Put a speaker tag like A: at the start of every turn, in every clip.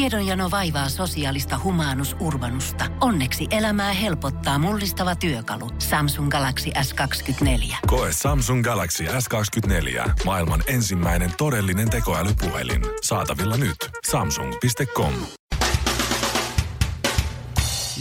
A: Tiedonjano vaivaa sosiaalista humanus urbanusta. Onneksi elämää helpottaa mullistava työkalu. Samsung Galaxy S24.
B: Koe Samsung Galaxy S24. Maailman ensimmäinen todellinen tekoälypuhelin. Saatavilla nyt. Samsung.com.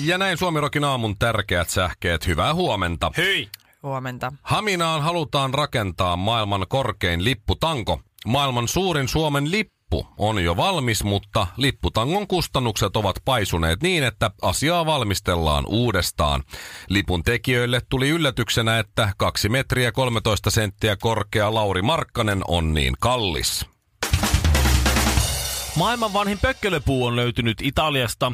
C: Ja näin Suomirokin aamun tärkeät sähkeet. Hyvää huomenta.
D: Hyi!
E: Huomenta.
C: Haminaan halutaan rakentaa maailman korkein lipputanko. Maailman suurin Suomen lippu on jo valmis, mutta lipputangon kustannukset ovat paisuneet niin, että asiaa valmistellaan uudestaan. Lipun tekijöille tuli yllätyksenä, että 2 metriä 13 senttiä korkea Lauri Markkanen on niin kallis.
D: Maailman vanhin pökkelöpuu on löytynyt Italiasta.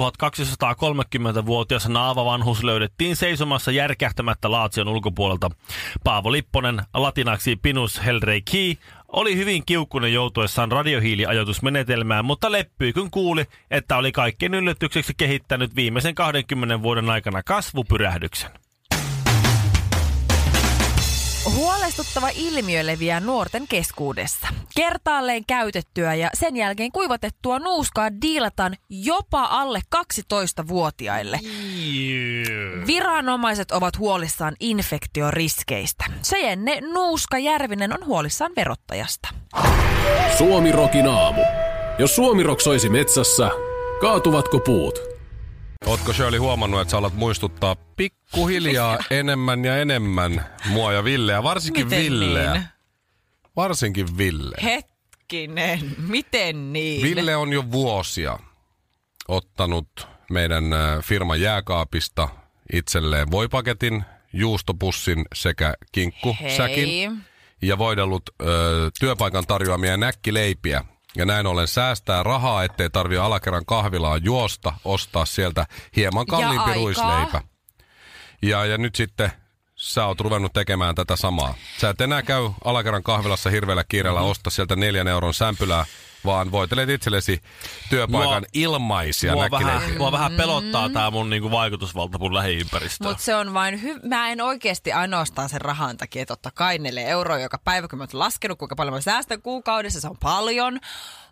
D: 1230-vuotias naavavanhus löydettiin seisomassa järkähtämättä Laatsion ulkopuolelta. Paavo Lipponen, latinaksi Pinus Helreiki, oli hyvin kiukkunen joutuessaan radiohiiliajoitusmenetelmään, mutta leppyi kun kuuli, että oli kaikkien yllätykseksi kehittänyt viimeisen 20 vuoden aikana kasvupyrähdyksen.
E: Huolestuttava ilmiö leviää nuorten keskuudessa. Kertaalleen käytettyä ja sen jälkeen kuivatettua nuuskaa diilataan jopa alle 12-vuotiaille. Viranomaiset ovat huolissaan infektioriskeistä. Sejenne Nuuska Järvinen on huolissaan verottajasta.
F: Suomi Rokin aamu. Jos Suomi Rock soisi metsässä, kaatuvatko puut?
C: Ootko Shirley huomannut, että sä alat muistuttaa pikkuhiljaa enemmän ja enemmän mua ja Villeä, varsinkin
E: Miten
C: Villeä.
E: niin?
C: Varsinkin Ville.
E: Hetkinen, miten niin?
C: Ville on jo vuosia ottanut meidän ö, firman jääkaapista itselleen voipaketin, juustopussin sekä
E: Hei.
C: kinkkusäkin ja voidellut ö, työpaikan tarjoamia näkkileipiä. Ja näin ollen säästää rahaa, ettei tarvi alakerran kahvilaan juosta, ostaa sieltä hieman kalliimpi
E: aikaa.
C: ruisleipä. Ja, ja nyt sitten sä oot ruvennut tekemään tätä samaa. Sä et enää käy alakerran kahvilassa hirveällä kiireellä mm-hmm. osta sieltä neljän euron sämpylää, vaan voitelet itsellesi työpaikan
D: Mua-
C: ilmaisia
D: Mua vähän,
C: näkkileipiä.
D: mua vähän pelottaa tämä mun niinku vaikutusvalta mun lähiympäristö.
E: Mutta se on vain hy- Mä en oikeasti ainoastaan sen rahan takia. Totta kai neljä euroa joka päivä, kun mä oon laskenut, kuinka paljon mä säästän kuukaudessa, se on paljon.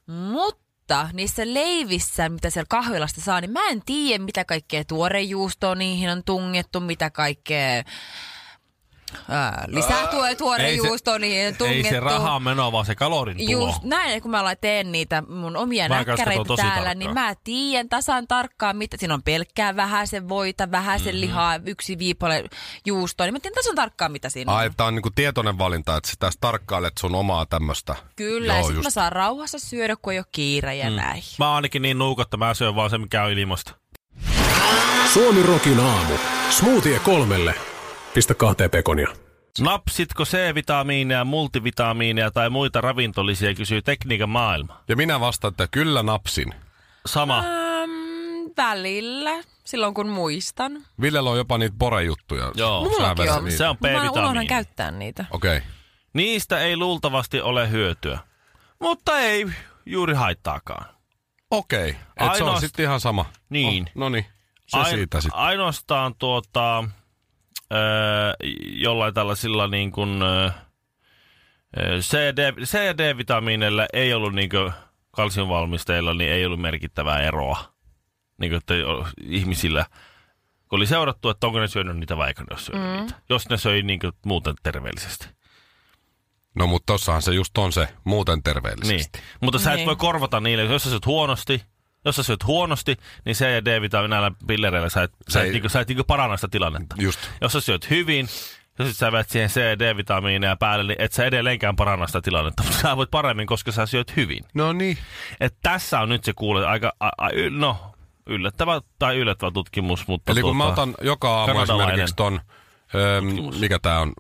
E: Mutta niissä leivissä, mitä siellä kahvilasta saa, niin mä en tiedä, mitä kaikkea tuorejuustoa niihin on tungettu, mitä kaikkea ää, lisää tuo, tuorejuustoa niihin on tungettu.
D: Ei se rahaa meno, vaan se kalorin tulo.
E: Just näin, kun mä ala- teen niitä mun omia
D: Mä kans
E: näkkäreitä
D: katon tosi
E: täällä,
D: tarkkaan.
E: niin mä tiedän tasan tarkkaan, mitä siinä on pelkkää vähäisen voita, vähäisen mm-hmm. lihaa, yksi viipale juustoa, niin mä tiedän tasan tarkkaan, mitä siinä
C: Ai,
E: on.
C: tää on niinku tietoinen valinta, että sä tässä tarkkailet sun omaa tämmöstä.
E: Kyllä, ja
C: Joo,
E: sit
C: just.
E: mä saan rauhassa syödä, kun ei ole kiire ja mm. näin.
D: Mä oon ainakin niin nuukotta, mä syön vaan se, mikä on ilmasta.
F: Suomi Rokin aamu. Smoothie kolmelle. Pistä kahteen pekonia.
D: Napsitko C-vitamiineja, multivitamiineja tai muita ravintolisia, kysyy tekniikan maailma.
C: Ja minä vastaan, että kyllä napsin.
D: Sama.
E: Mm, välillä, silloin kun muistan.
C: Villellä on jopa niitä porejuttuja.
D: Joo.
C: Sä
E: Mullakin
C: vedät
E: on.
C: niitä.
D: Se on
E: Mä unohdan
D: B-vitamiini.
E: käyttää niitä.
C: Okei. Okay.
D: Niistä ei luultavasti ole hyötyä. Mutta ei juuri haittaakaan.
C: Okei. Okay. Et se on
D: Ainoast-
C: sitten ihan sama.
D: Niin.
C: Oh, no niin. Se
D: Ain-
C: siitä sitten.
D: Ainoastaan tuota, öö, jollain tällaisilla niin kuin, öö, CD, CD-vitamiineilla ei ollut niin kuin kalsiumvalmisteilla, niin ei ollut merkittävää eroa niin kuin, että jo- ihmisillä. Kun oli seurattu, että onko ne syönyt niitä vai eikö ne ole syönyt mm. niitä. Jos ne söi niin kuin, muuten terveellisesti.
C: No mutta tossahan se just on se muuten terveellisesti.
D: Niin. Mutta sä et
E: Niin.
D: voi korvata niille, jos sä syöt huonosti, jos sä syöt huonosti, niin C- ja D-vitamiin näillä pillereillä sä et, sä
C: ei-
D: et, niinku, sä et niinku parana sitä tilannetta.
C: Just.
D: Jos sä syöt hyvin, ja sit sä vedät siihen C- ja D-vitamiineja päälle, niin et sä edelleenkään paranna sitä tilannetta. Mutta sä voit paremmin, koska sä syöt hyvin.
C: No niin.
D: Et tässä on nyt se kuule aika, a, a, y, no, yllättävä tai yllättävä tutkimus, mutta
C: Eli kun mä
D: tuota-
C: otan joka aamu
D: kanadalainen.
C: esimerkiksi ton, öö, mikä tää on,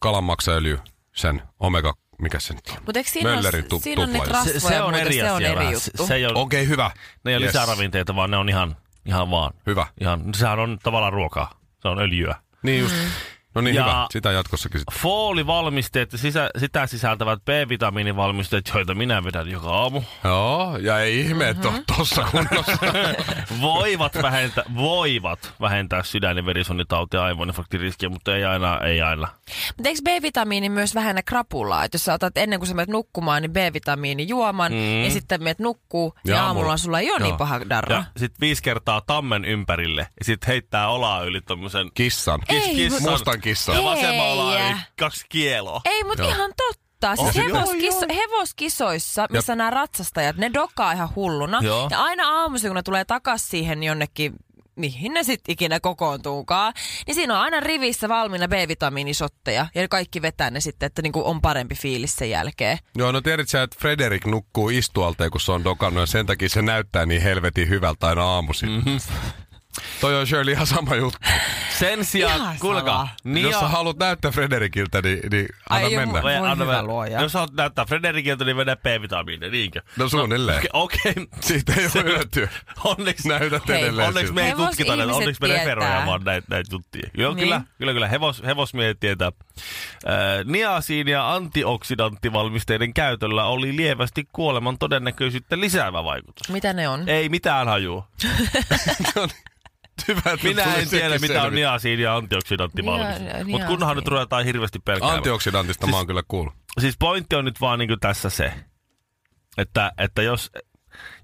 C: kalanmaksaöljy, sen omega, mikä se nyt on?
E: Mutta eikö siinä,
C: Möllerin
E: on,
C: tu-
E: siinä on niitä
C: tuplaisi.
E: rasvoja
D: se, se, on
E: muuten,
D: eri
E: se
D: asia
E: on eri
D: vähän.
E: juttu.
D: Se, se ei ole,
C: Okei, hyvä.
D: ne ei ole
C: Yes.
D: lisäravinteita, vaan ne on ihan, ihan vaan.
C: Hyvä.
D: Ihan, sehän on tavallaan ruokaa. Se on öljyä.
E: Mm.
C: Niin just. No niin,
D: Ja-
C: hyvä. Sitä jatkossakin sitten.
D: Foolivalmisteet ja sisä, sitä sisältävät B-vitamiinivalmisteet, joita minä vedän joka aamu,
C: Joo, ja ei ihme, että mm-hmm. tuossa kunnossa.
D: voivat vähentää, voivat vähentää sydän- ja verisuonitautia ja aivoinfarktiriskiä, mutta ei aina, ei aina.
E: Mutta eikö B-vitamiini myös vähennä krapulaa? Et jos sä otat ennen kuin sä menet nukkumaan, niin B-vitamiini juoman mm. ja sitten menet nukkuu, niin
C: Ja
E: aamulla,
C: aamulla.
E: sulla ei ole niin
C: Joo.
E: paha darra.
D: Ja sit viisi kertaa tammen ympärille ja sit heittää olaa yli tommosen
C: Kissan.
E: Ei,
D: kis- kissan.
E: mut-
C: Mustan kissan.
D: Ja vasemmalla olaa
E: Ei.
D: yli kaksi kieloa.
E: Ei, mutta
C: Joo.
E: ihan totta.
C: On
E: Siis
C: se joo,
E: hevoskiso, hevoskisoissa, missä nämä ratsastajat, ne dokaa ihan hulluna.
D: Joo.
E: Ja aina aamuisin, kun ne tulee takas siihen jonnekin, mihin ne sitten ikinä kokoontuukaan, niin siinä on aina rivissä valmiina B-vitamiinisotteja. Ja ne kaikki vetää ne sitten, että niinku on parempi fiilis sen jälkeen.
C: Joo, no tiedät sä, että Frederik nukkuu istualteen, kun se on dokannut, ja sen takia se näyttää niin helvetin hyvältä aina aamuisin.
D: Mhm.
C: Mm-hmm. Toi on Shirley ihan sama juttu.
D: Sen
E: Ihan
D: sijaan, kuulkaa,
E: sama.
C: Niin
D: Nia,
C: Jos sä haluat näyttää Frederikiltä, niin, niin
E: Ai
C: anna
E: juu.
C: mennä.
E: Voi hyvä
D: mennä.
E: luoja.
D: Jos haluat näyttää Frederikiltä, niin vedä B-vitamiinia, niinkö?
C: No suunnilleen.
D: Okei, okay,
C: Siitä ei ole hyötyä.
D: Onneksi,
C: Näytät
E: Hei,
C: edelleen siis.
D: onneksi
C: siltä.
D: me ei
E: Hevos-
D: tutkita näitä,
E: ihmiset
D: onneksi me
E: tietää.
D: referoidaan vaan näitä, näitä juttuja. Joo,
E: Niin.
D: niin. kyllä, kyllä, kyllä. Hevos, hevosmiehet tietää. Äh, niasiin ja antioksidanttivalmisteiden käytöllä oli lievästi kuoleman todennäköisyyttä lisäävä vaikutus.
E: Mitä ne on?
D: Ei mitään hajua.
C: Hyvä, että nyt
D: Minä
C: tuli
D: en tiedä,
C: sekin
D: mitä on niin
C: selville.
D: niasiin ja antioksidanttivalmisteet.
E: Nia-
D: Mutta kunhan nyt
E: niasiin.
D: ruvetaan hirveästi pelkäämään.
C: Antioksidantista mä oon kyllä kuullut.
D: siis pointti on nyt vaan niin tässä se, että, että jos,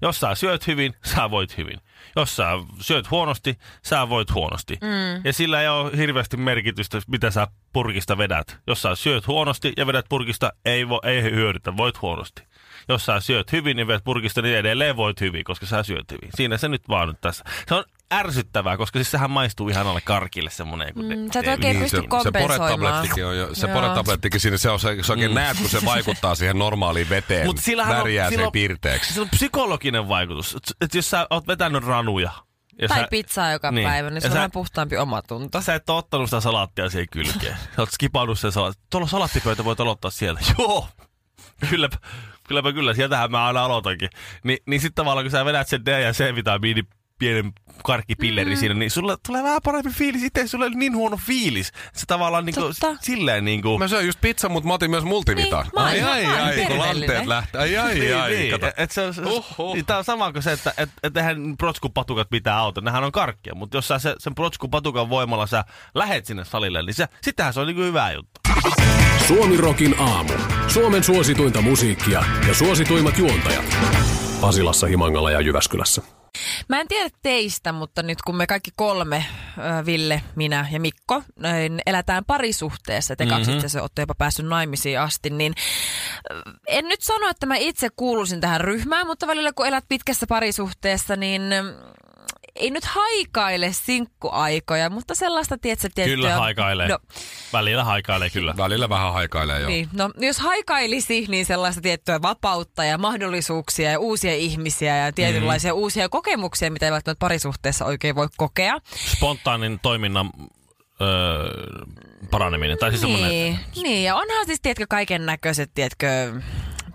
D: jos sä syöt hyvin, sä voit hyvin. Jos sä syöt huonosti, sä voit huonosti. Mm. Ja sillä ei ole hirveästi merkitystä, mitä sä purkista vedät. Jos sä syöt huonosti ja vedät purkista, ei, vo, ei hyödytä, voit huonosti. Jos sä syöt hyvin ja vedät purkista, niin edelleen voit hyvin, koska sä syöt hyvin. Siinä se nyt vaan nyt tässä. Se on ärsyttävää, koska siis sehän maistuu ihan alle karkille semmoinen. kun
E: Mm,
D: ne-
E: sä et
D: ne-
E: oikein
D: Niin.
E: pysty
C: se, se
E: kompensoimaan.
C: poretablettikin on jo, se
E: Joo.
C: poretablettikin siinä, se on se, se oikein mm. näet, kun se vaikuttaa siihen normaaliin veteen,
D: Mut sillähän on-
C: värjää
D: sillä
C: sen
D: on-
C: piirteeksi.
D: Se on psykologinen vaikutus. Että jos sä oot vetänyt ranuja. Ja
E: Tai
D: sä,
E: pizzaa joka
D: Niin.
E: päivä, niin se
D: Ja
E: on
D: sä-
E: vähän puhtaampi omatunto.
D: Sä et oo ottanut sitä salaattia siihen kylkeen. Sä oot skipannut sen salaattia. Tuolla on salaattipöytä voit aloittaa sieltä. Joo. Kylläpä, kylläpä kyllä. Sieltähän mä aina aloitankin. Ni, niin sitten tavallaan kun sä vedät sen D ja C-vitamiini pienen
E: Mm-hmm.
D: karkkipilleri mm. siinä, niin sulla tulee vähän parempi fiilis. Itse sulla ei ole niin huono fiilis. Se tavallaan niinku,
E: Totta.
D: silleen niinku...
C: Mä syön just pizza, mutta mä otin myös multivitaa.
E: Niin, mä oon
C: ai,
E: ihan-
C: ai,
E: mä oon
C: ai, kun
E: terveellinen.
C: lanteet lähtee. Ai, ai,
D: Niin,
C: ai.
D: niin.
C: kato.
D: Et- Et se, on- se,
C: Uhuh.
D: niin, tää on sama kuin se, että et, et eihän protskupatukat pitää auta. Nehän on karkkia, mutta jos sä se, sen protskupatukan voimalla sä lähet sinne salille, niin se, sittenhän se on niinku hyvä juttu.
F: Suomirokin aamu. Suomen suosituinta musiikkia ja suosituimmat juontajat. Pasilassa, Himangalla ja Jyväskylässä.
E: Mä en tiedä teistä, mutta nyt kun me kaikki kolme, ö, Ville, minä ja Mikko, näin elätään parisuhteessa, te mm-hmm. kaksi itse asiassa olette jopa päässyt naimisiin asti, niin ö, en nyt sano, että mä itse kuuluisin tähän ryhmään, mutta välillä kun elät pitkässä parisuhteessa, niin ö, ei nyt haikaile sinkkuaikoja, mutta sellaista, tiedätkö, tiettyä... No,
D: Välillä haikailee kyllä.
C: Välillä vähän haikailee joo.
E: niin, no, jos haikailisi, niin sellaista tiettyä vapautta ja mahdollisuuksia ja uusia ihmisiä ja tietynlaisia mm. uusia kokemuksia, mitä ei välttämättä parisuhteessa oikein voi kokea.
D: Spontaanin toiminnan öö, paraneminen. Tai siis
E: niin, niin, ja onhan siis, tiedätkö, kaiken näköiset, tiedätkö,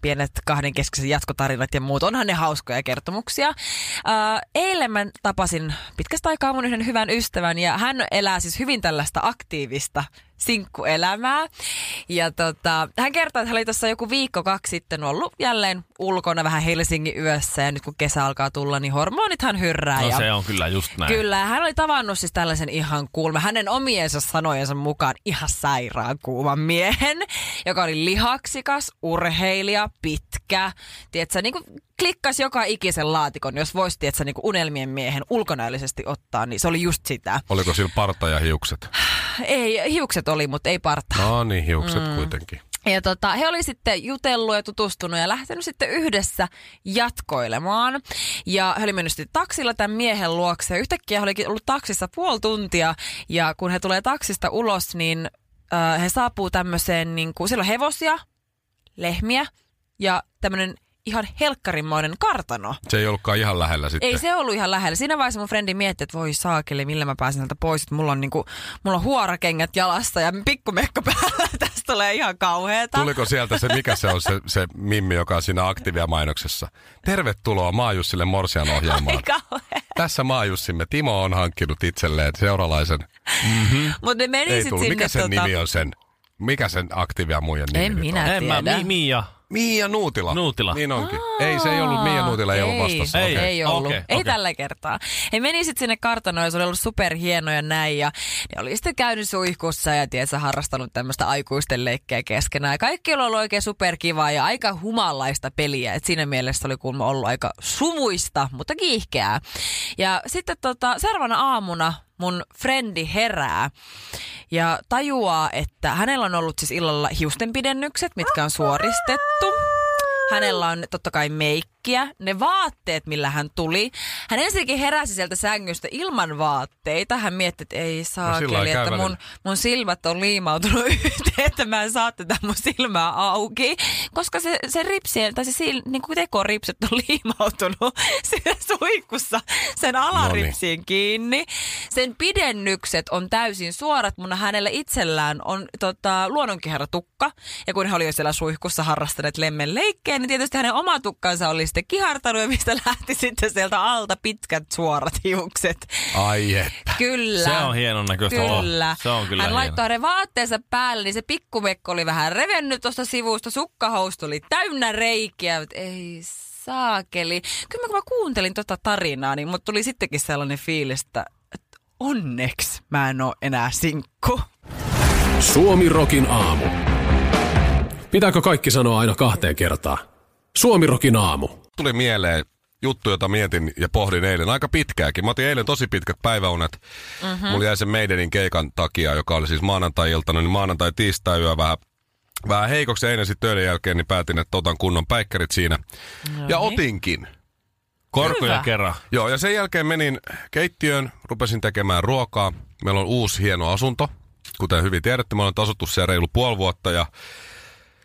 E: pienet kahdenkeskiset jatkotarinat ja muut. Onhan ne hauskoja kertomuksia. Ää, eilen mä tapasin pitkästä aikaa mun yhden hyvän ystävän ja hän elää siis hyvin tällaista aktiivista sinkkuelämää. Ja tota, hän kertoi, että hän oli tuossa joku viikko kaksi sitten ollut jälleen ulkona vähän Helsingin yössä ja nyt kun kesä alkaa tulla, niin hormonithan hyrrää. ja...
D: No, on kyllä just näin.
E: Kyllä, hän oli tavannut siis tällaisen ihan kuulma, hänen omiensa sanojensa mukaan ihan sairaan kuuman miehen, joka oli lihaksikas, urheilija, pitkä, tiedätkö, niin kuin klikkasi joka ikisen laatikon, jos voisi, tiedätkö, niin kuin unelmien miehen ulkonäöllisesti ottaa, niin se oli just sitä.
C: Oliko sillä parta ja hiukset?
E: Ei, hiukset oli, mutta ei parta.
C: No niin, hiukset mm. kuitenkin.
E: Ja tota, he oli sitten jutellut ja tutustunut ja lähtenyt sitten yhdessä jatkoilemaan. Ja he oli mennyt sitten taksilla tämän miehen luokse. Ja yhtäkkiä he olikin ollut taksissa puoli tuntia. Ja kun he tulee taksista ulos, niin äh, he saapuu tämmöiseen, niin kuin, siellä on hevosia, lehmiä ja tämmöinen ihan helkkarimmoinen kartano.
C: Se ei ollutkaan ihan lähellä sitten.
E: Ei se ollut ihan lähellä. Siinä vaiheessa mun frendi mietti, että voi saakeli, millä mä pääsen täältä pois. Että mulla on, niinku, mulla on huorakengät jalassa ja pikkumekko päällä. Tästä tulee ihan kauheeta.
C: Tuliko sieltä se, mikä se on se, se mimmi, joka on siinä aktiivia mainoksessa? Tervetuloa, mä oon Jussille Morsian ohjelmaan.
E: Ai kauhea.
C: Tässä maajussimme Timo on hankkinut itselleen seuralaisen.
E: Mutta ne meni
C: Ei
E: sitten
C: tullut.
E: Niin sinne.
C: Mikä sen
E: tota,
C: nimi on sen? Mikä sen aktiivia muijan nimi
E: En
C: nyt
E: minä
C: on?
D: En mä,
E: tiedä.
D: Mi- Mia.
C: Miia Nuutila.
D: Nuutila.
C: Niin onkin. Ei, se ei ollut Miia Nuutila, ei, ollut vastassa.
E: Ei,
D: Okei.
E: ei ollut.
D: Okei,
E: ei
D: okei.
E: tällä kertaa. He meni sitten sinne kartanoon ja se oli ollut superhienoja näin. Ja ne oli sitten käynyt suihkussa ja tiesä harrastanut tämmöistä aikuisten leikkejä keskenään. Ja kaikki oli ollut oikein superkivaa ja aika humalaista peliä. Et siinä mielessä oli kuulemma ollut aika sumuista, mutta kiihkeää. Ja sitten tota, seuraavana aamuna mun frendi herää ja tajuaa, että hänellä on ollut siis illalla hiustenpidennykset, mitkä on suoristettu. Hänellä on totta kai meikkiä, ne vaatteet, millä hän tuli. Hän ensinnäkin heräsi sieltä sängystä ilman vaatteita. Hän mietti, että ei
C: sillä
E: saakeli,
C: lailla
E: no,
C: käy
E: että mun,
C: välillä.
E: mun silmät on liimautunut yhteen, että mä en saa tätä mun silmää auki. Koska se, se ripsien, tai se sil, niin kuin tekoripset on liimautunut siinä suihkussa sen alaripsiin kiinni. Sen pidennykset on täysin suorat, mutta hänellä itsellään on tota, luonnonkiharatukka. Ja kun hän oli jo siellä suihkussa harrastaneet lemmen leikkeen, niin tietysti hänen oma tukkansa oli sitten kihartanut ja mistä lähti sitten sieltä alta pitkät suorat hiukset.
C: Ai että.
E: Kyllä.
D: Se on hienon näköistä.
E: Kyllä.
D: Oh, se on kyllä
E: Hän
D: hieno.
E: laittoi ne vaatteensa päälle, niin se pikkumekko oli vähän revennyt tuosta sivusta. Sukkahousut oli täynnä reikiä, mutta ei saakeli. Kyllä mä, kun mä kuuntelin tota tarinaa, niin mut tuli sittenkin sellainen fiilis, että että onneksi mä en oo enää sinkku.
F: Suomi Rokin aamu. Pitääkö kaikki sanoa aina kahteen kertaan? Suomi Rokin aamu.
C: Tuli mieleen juttu, jota mietin ja pohdin eilen. Aika pitkääkin. Mä otin eilen tosi pitkät päiväunet. Mm-hmm. Mulla jäi sen Maidenin keikan takia, joka oli siis maanantai-iltana, niin maanantai-tiistai yö vähän vähän heikoksi ja eilen sitten töiden jälkeen, niin päätin, että otan kunnon päikkärit siinä. Ja otinkin.
D: Korkoja
E: Hyvä.
D: kerran.
C: Joo, ja sen jälkeen menin keittiöön, rupesin tekemään ruokaa. Meillä on uusi hieno asunto, kuten hyvin tiedätte, me ollaan nyt asuttu siellä reilu puoli vuotta ja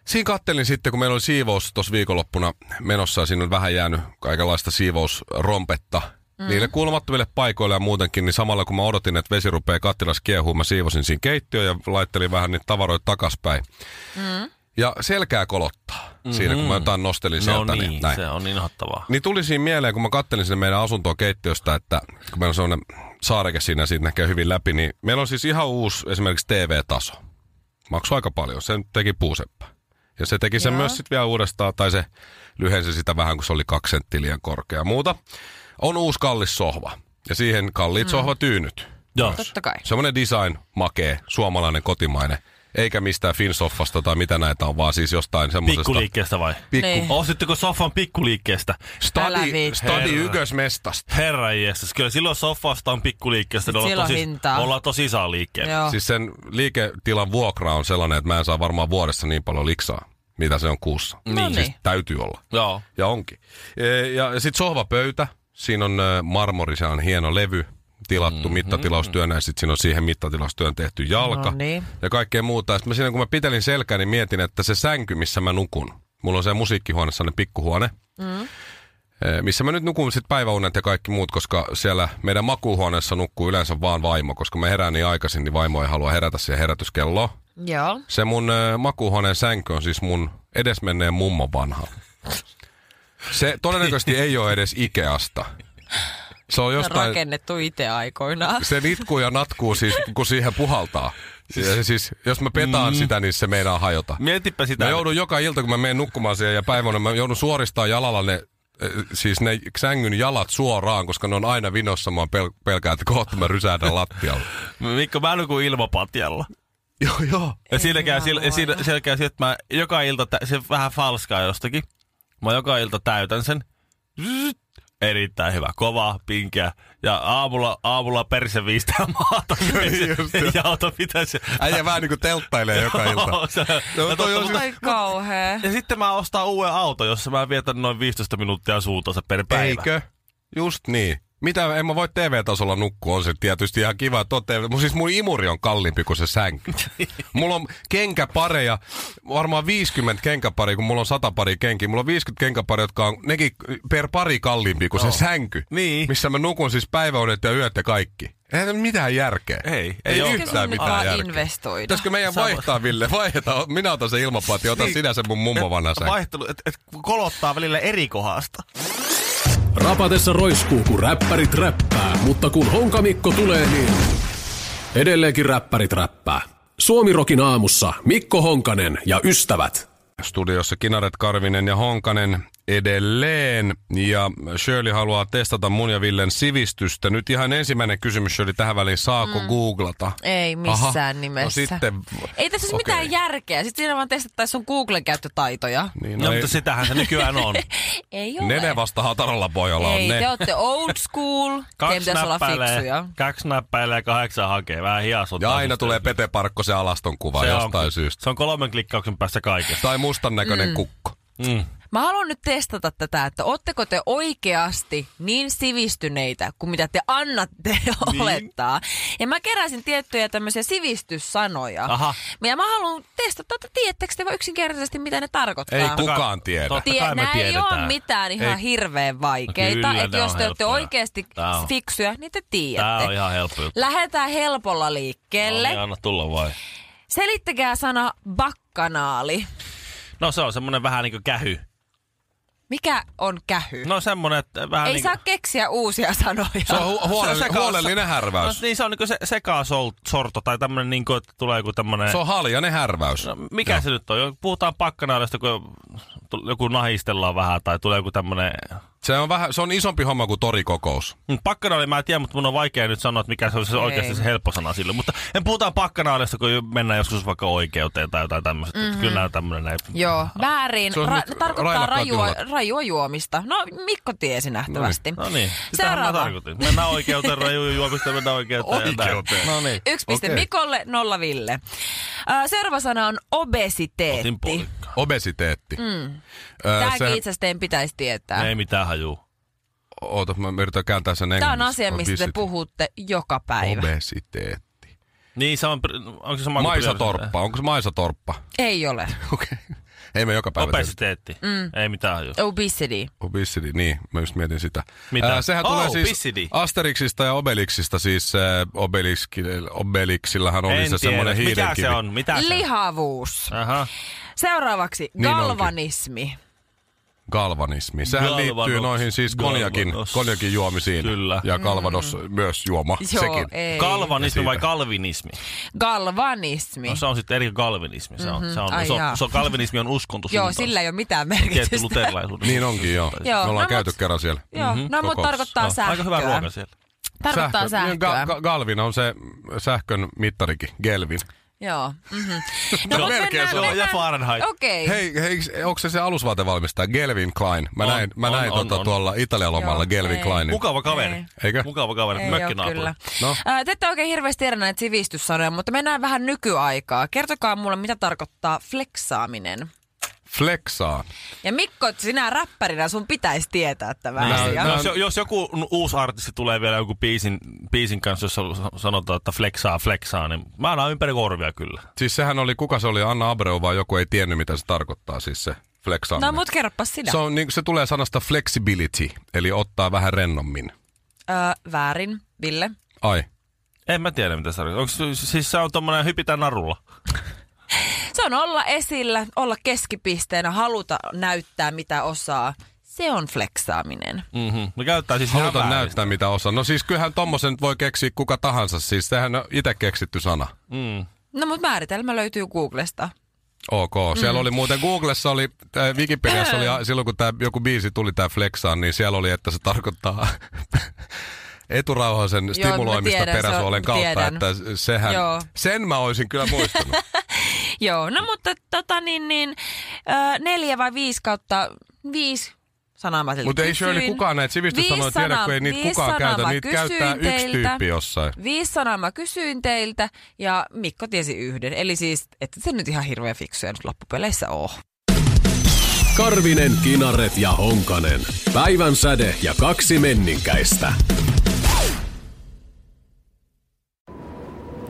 C: Siinä kattelin sitten, kun meillä oli siivous tuossa viikonloppuna menossa ja siinä on vähän jäänyt kaikenlaista siivousrompetta mm. niille kuulumattomille paikoille ja muutenkin, niin samalla kun mä odotin, että vesi rupeaa kattilassa kiehuun, mä siivosin siinä keittiöön ja laittelin vähän niitä tavaroita takaspäin. Mm. Ja selkää kolottaa mm-hmm. siinä, kun mä jotain nostelin
D: No
C: sieltä.
D: niin,
C: näin.
D: se on inhottavaa.
C: Niin tuli siinä mieleen, kun mä kattelin sinne meidän asuntoa keittiöstä, että kun meillä on sellainen saareke siinä, siitä näkee hyvin läpi, niin meillä on siis ihan uusi esimerkiksi TV-taso. Maksoi aika paljon, sen teki puuseppä. Ja se teki sen
E: Joo.
C: myös sitten vielä uudestaan, tai se lyhensi sitä vähän, kun se oli kaksi senttiä liian korkea ja muuta. On uusi kallis sohva, ja siihen kalliit mm. sohvatyynyt.
D: Joo.
E: Totta kai.
C: Semmoinen design, makee, suomalainen, kotimainen. Eikä mistään Finsoffasta tai mitä näitä on, vaan siis jostain semmoisesta...
D: Pikkuliikkeestä vai?
C: Pikku,
E: Niin.
D: Ostitteko soffan pikkuliikkeestä?
E: Älä
C: stadi,
E: viitsi.
C: stadi
D: Herra.
C: ykkösmestasta.
D: Herra jestas, kyllä silloin soffasta on pikkuliikkeestä. Niin
E: Silloin
D: ollaan tosi,
E: hintaa.
D: ollaan tosi isaa liikkeellä.
E: Joo.
C: Siis sen liiketilan vuokra on sellainen, että mä en saa varmaan vuodessa niin paljon liksaa, mitä se on kuussa.
E: No niin.
C: Siis täytyy olla.
D: Joo.
C: Ja onkin. E- Ja sitten sohvapöytä. Siinä on ö, marmori, se on hieno levy tilattu
E: Mhm.
C: mm-hmm. mittatilaustyönä ja sitten siinä on siihen mittatilaustyön tehty jalka
E: No niin.
C: ja kaikkea muuta. Ja sitten siinä kun mä pitelin selkää, niin mietin, että se sänky, missä mä nukun, mulla on se musiikkihuone, sellainen pikkuhuone,
E: Mm.
C: Ee, missä mä nyt nukun sitten päiväunet ja kaikki muut, koska siellä meidän makuuhuoneessa nukkuu yleensä vaan vaimo, koska mä herään niin aikaisin, niin vaimo ei halua herätä siihen herätyskelloon.
E: Joo.
C: Se mun ö, makuuhuoneen sänky on siis mun edesmenneen mummo vanha. Se todennäköisesti ei ole edes Ikeasta. Se on jostain...
E: Rakennettu itse aikoinaan.
C: Se litkuu ja natkuu siis, kun siihen puhaltaa. Ja siis, jos mä petaan mm. sitä, niin se meinaa hajota.
D: Mietipä sitä.
C: Mä joudun joka ilta, kun mä menen nukkumaan siihen ja päivänä, mä joudun suoristaa jalalla ne, eh, siis ne sängyn jalat suoraan, koska ne on aina vinossa. Mä pel- pelkään, että kohta mä rysäädän lattialla.
D: Mikko, mä nukun ilmapatjalla.
C: joo, joo.
D: Ja siinä käy, sillä, ja
E: jumalauta.
D: siinä, siellä käy sillä, että mä joka ilta, tä- se vähän falskaa jostakin. Mä joka ilta täytän sen. Zzzt. Erittäin hyvä, kova, pinkeä. Ja aamulla, aamulla perse viistää maata.
C: just
D: ja auto pitäisi.
C: Äijä vähän niinku telttailee joka ilta. No,
D: No,
C: toi on siis-
E: Toi kauhea.
D: ja sitten mä ostan uuden auto, jossa mä vietän noin 15 minuuttia suutansa per päivä.
C: Eikö? Just niin. Mitä, en mä voi TV-tasolla nukkua, on se tietysti ihan kiva. Tote, mun, siis mun imuri on kalliimpi kuin se sänky. Mulla on kenkäpareja, varmaan 50 kenkäparia, kun mulla on 100 paria kenkiä. Mulla on 50 kenkäparia, jotka on nekin per pari kalliimpi kuin se sänky.
D: Niin.
C: Missä mä nukun siis päiväunet ja yöt ja kaikki. Eihän tässä mitään järkeä.
D: Ei,
C: ei,
D: ei
C: ei
D: olekaan.
C: yhtään mitään
E: vaan
C: järkeä.
E: investoida.
C: Pitäisikö meidän vaihtaa, Ville? Vaihdetaan. Minä otan se
D: Niin.
C: ilmapati, ota sinä sen mun mummo vanha sänky.
D: Vaihtelu, että et kolottaa välillä eri kohdasta.
F: Rapatessa roiskuu, kun räppärit räppää, mutta kun Honkamikko tulee, niin edelleenkin räppärit räppää. Suomirokin aamussa Mikko Honkanen ja ystävät.
C: Studiossa Kinaret Karvinen ja Honkanen edelleen. Ja Shirley haluaa testata mun ja Villen sivistystä. Nyt ihan ensimmäinen kysymys Shirley tähän väliin. Saako mm. googlata?
E: Ei missään nimessä.
C: No sitten...
E: Ei tässä ole
C: Okei.
E: mitään järkeä. Sitten siinä vaan testattaisiin sun Googlen käyttötaitoja.
C: Niin,
D: No,
C: no,
D: no
C: ei-
D: mutta sitähän se nykyään on.
E: Ei ole.
C: ne ne vasta hataralla pojalla on
E: Ei,
C: ne.
E: te olette old school. Teidän
D: Kaksi
E: pitäisi olla
D: näppäilee,
E: fiksuja.
D: kaksi näppäilee ja kahdeksan hakee. Vähän hias
C: Ja
D: ottaa
C: aina
D: sitten.
C: tulee Pete Parkkosen alaston kuva
D: Se on-
C: jostain syystä.
D: Se on kolmen klikkauksen päässä kaikesta.
C: Tai mustan näköinen mm. kukko.
D: Mm.
E: Mä haluan nyt testata tätä, että ootteko te oikeasti niin sivistyneitä kuin mitä te annatte niin. olettaa. Ja mä keräsin tiettyjä tämmöisiä sivistyssanoja.
D: Aha.
E: Ja mä haluan testata, että tiedättekö te vaan yksinkertaisesti mitä ne tarkoittaa.
C: Ei
D: ku-
C: kukaan tiedä.
D: Totta kai me
E: nämä ei ole
D: tiedetään.
E: mitään ihan
C: Ei.
E: hirveän vaikeita.
D: No kyllä
E: että
D: nää
E: jos
D: on
E: te olette
D: helppoja.
E: oikeasti
D: Tää on.
E: fiksuja, niin te
D: Tää
E: tiedätte.
D: on ihan helppo juttu.
E: Lähdetään helpolla liikkeelle.
D: No, niin, anna tulla vai.
E: Selittäkää sana bakkanaali.
D: No se on semmonen vähän niinku kähy.
E: Mikä on kähy?
D: No semmonen, että vähän
E: Ei
D: niinku...
E: saa keksiä uusia sanoja.
C: Se on hu- huolellinen,
D: Se on seka-
C: huolellinen
D: No,
C: härväys.
D: niin se on niinku se, sekasorto tai tämmönen niinku, että tulee joku tämmönen...
C: Se on haljainen härväys.
D: No, mikä
C: Joo.
D: se nyt on? Jo- Puhutaan pakkanaalista, kun tu- joku nahistellaan vähän tai tulee joku tämmönen...
C: Se on, vähän, se on isompi homma kuin torikokous.
D: Mm, Pakkanaali mä en tiedä, mutta mun on vaikea nyt sanoa, että mikä se on se oikeasti se helppo sana sille. Mutta en puhutaan pakkanaalista, kun jo- mennään joskus vaikkä oikeuteen tai jotain tämmöistä. Mm-hmm. Kyllä nää on tämmönen näin.
E: Joo, väärin.
C: Se on
E: Ra-
C: nyt
E: tarkoittaa
C: railakkaat
E: rajua,
C: juhlat.
E: rajua juomista. No, Mikko tiesi nähtävästi.
D: No niin, sitähän mä
E: Seuraava.
D: tarkoitin. Mennään oikeuteen, rajuja juomista, mennään oikeuteen. ja näin.
C: Oikeuteen.
D: No niin.
E: Yksi piste
C: Okei.
E: Mikolle, nolla Ville. Äh, seuraava sana on
D: Otin
E: obesiteetti.
D: puolikkaan.
C: Obesiteetti. Mm.
E: Tämäkin se... itse asiassa teidän pitäisi tietää.
D: Ei mitään hajuu.
C: Oota, mä yritän kääntää sen englanniksi.
E: Tämä on asia, mistä te
C: Obesity-
E: puhutte joka päivä.
C: Obesiteetti.
D: Niin se on, pr- onko se sama kuin
C: Maisa
D: prioriteetti?
C: Torppa, onko se Maisa Torppa?
E: Ei ole.
C: Okei. Ei me joka päivä tehdä.
D: Obesiteetti.
E: Mm.
D: Ei mitään hajuu.
E: Obesity.
C: Obesity, niin, mä just mietin sitä.
D: Mitä?
C: sehän
D: Oh,
C: tulee siis
D: obesity.
C: Asterixista ja Obelixista, siis äh, Obeliskille- Obelixillahan oli
D: En
C: se semmoinen
D: tiedä. Mikä
C: hiilenkivi.
D: se on? Mitä se on?
E: Lihavuus.
D: Aha.
E: Seuraavaksi
C: Niin onkin.
E: galvanismi.
C: Galvanismi. Sehän
D: Galvanos.
C: liittyy noihin siis konjakin,
D: Galvanos.
C: konjakin juomisiin.
D: Kyllä. Mm.
C: Ja Galvanos myös juoma,
E: Joo,
C: sekin.
E: ei.
D: Kalvanismi
C: Ja
D: vai
C: siitä.
D: kalvinismi?
E: Galvanismi.
D: No se on sitten eri kalvinismi. Se on, se on,
E: Niin. Mm-hmm. Ai
D: se on,
E: jaa.
D: se on kalvinismi on uskonto.
E: Joo, sillä ei ole mitään
D: Tietty
E: merkitystä.
D: luterilaisuuden.
C: Niin onkin, joo.
E: Joo,
C: Me ollaan
E: no
C: käyty
E: mut-
C: kerran siellä. Mm-hmm.
E: Joo,
D: Mhm,
E: no mutta
C: kokous.
E: tarkoittaa
D: Joo,
E: sähköä.
D: Aika hyvä ruoka siellä.
E: Tarkoittaa
C: Niin,
E: sähköä.
C: Ga- Ga- Galvin on se sähkön mittarikin, Gelvin.
E: Joo. Mm-hmm.
C: No, melkein se on.
D: Ja Fahrenheit.
E: Okei. Okay.
C: Hei, hei, onko se se alusvaatevalmistaja Gelvin Klein? Mä
D: On,
C: näin, mä
D: on,
C: näin
D: on,
C: tota,
D: on.
C: tuolla Italialomalla
E: Joo,
C: Gelvin
E: ei.
C: Kleinin.
D: Mukava kaveri.
E: Ei.
C: Niin. Eikö?
D: Mukava kaveri.
E: Ei ole
D: Mökkinaapuri.
E: kyllä.
C: No.
E: Ää, te ette oikein hirveästi tiedä näitä sivistyssanoja, mutta mennään vähän nykyaikaa. Kertokaa mulle, mitä tarkoittaa fleksaaminen.
C: Flexaa.
E: Ja Mikko, sinä räppärinä sun pitäisi tietää tämä
D: Niin.
E: asia.
D: No, jos, jos joku n- uusi artisti tulee vielä joku biisin, biisin kanssa, jossa sanotaan, että flexaa, flexaa, niin mä annan ympäri korvia kyllä.
C: Siis sehän oli, kuka se oli, Anna Abreu, vai joku ei tiennyt, mitä se tarkoittaa, siis se flexaaminen.
E: No, mut kerroppas sinä.
C: se, on, niin, se tulee sanasta flexibility, eli ottaa vähän rennommin.
E: Ää, väärin, Ville.
C: Ai,
D: En mä tiedä, mitä se tarkoittaa. Onko, se- siis se on tommonen hypitään narulla.
E: Se on olla esillä, olla keskipisteenä, haluta näyttää mitä osaa. Se on fleksaaminen.
C: Mm.
D: Mm-hmm. Ne käyttää siis ihan
C: halutaan
D: väärin.
C: näyttää, mitä osaa. No siis kyllähän tommosen voi keksiä kuka tahansa, siis sehän on itse keksitty sana.
E: No mutta määritelmä löytyy Googlesta.
C: Ok, siellä
E: Mm.
C: oli muuten Googlessa oli, äh, Wikipediassa oli a- silloin kun tää, joku biisi tuli tää Flexaan, niin siellä oli, että se tarkoittaa eturauhasen stimuloimista
E: tiedän, se on-
C: peräsuolen kautta,
E: tiedän.
C: että s- sehän,
E: Joo.
C: sen mä olisin kyllä muistanut.
E: Joo, no mutta tota niin, niin ö, neljä vai viisi kautta viisi sanaa mä teiltä
C: Mutta ei Shirley
E: kysyin.
C: kukaan näitä sivistyssanoja
E: Viisi
C: tiedä, kun
E: sanaa-
C: ei niitä
E: viisi
C: kukaan
E: sanaa
C: käytä.
E: mä
C: Niitä
E: kysyin
C: käyttää yksi
E: teiltä.
C: tyyppi jossain.
E: Viisi sanaa mä kysyin teiltä ja Mikko tiesi yhden. Eli siis, että se nyt ihan hirveä fiksuja nyt loppupeleissä oo.
F: Karvinen, Kinaret ja Honkanen. Päivän säde ja kaksi menninkäistä.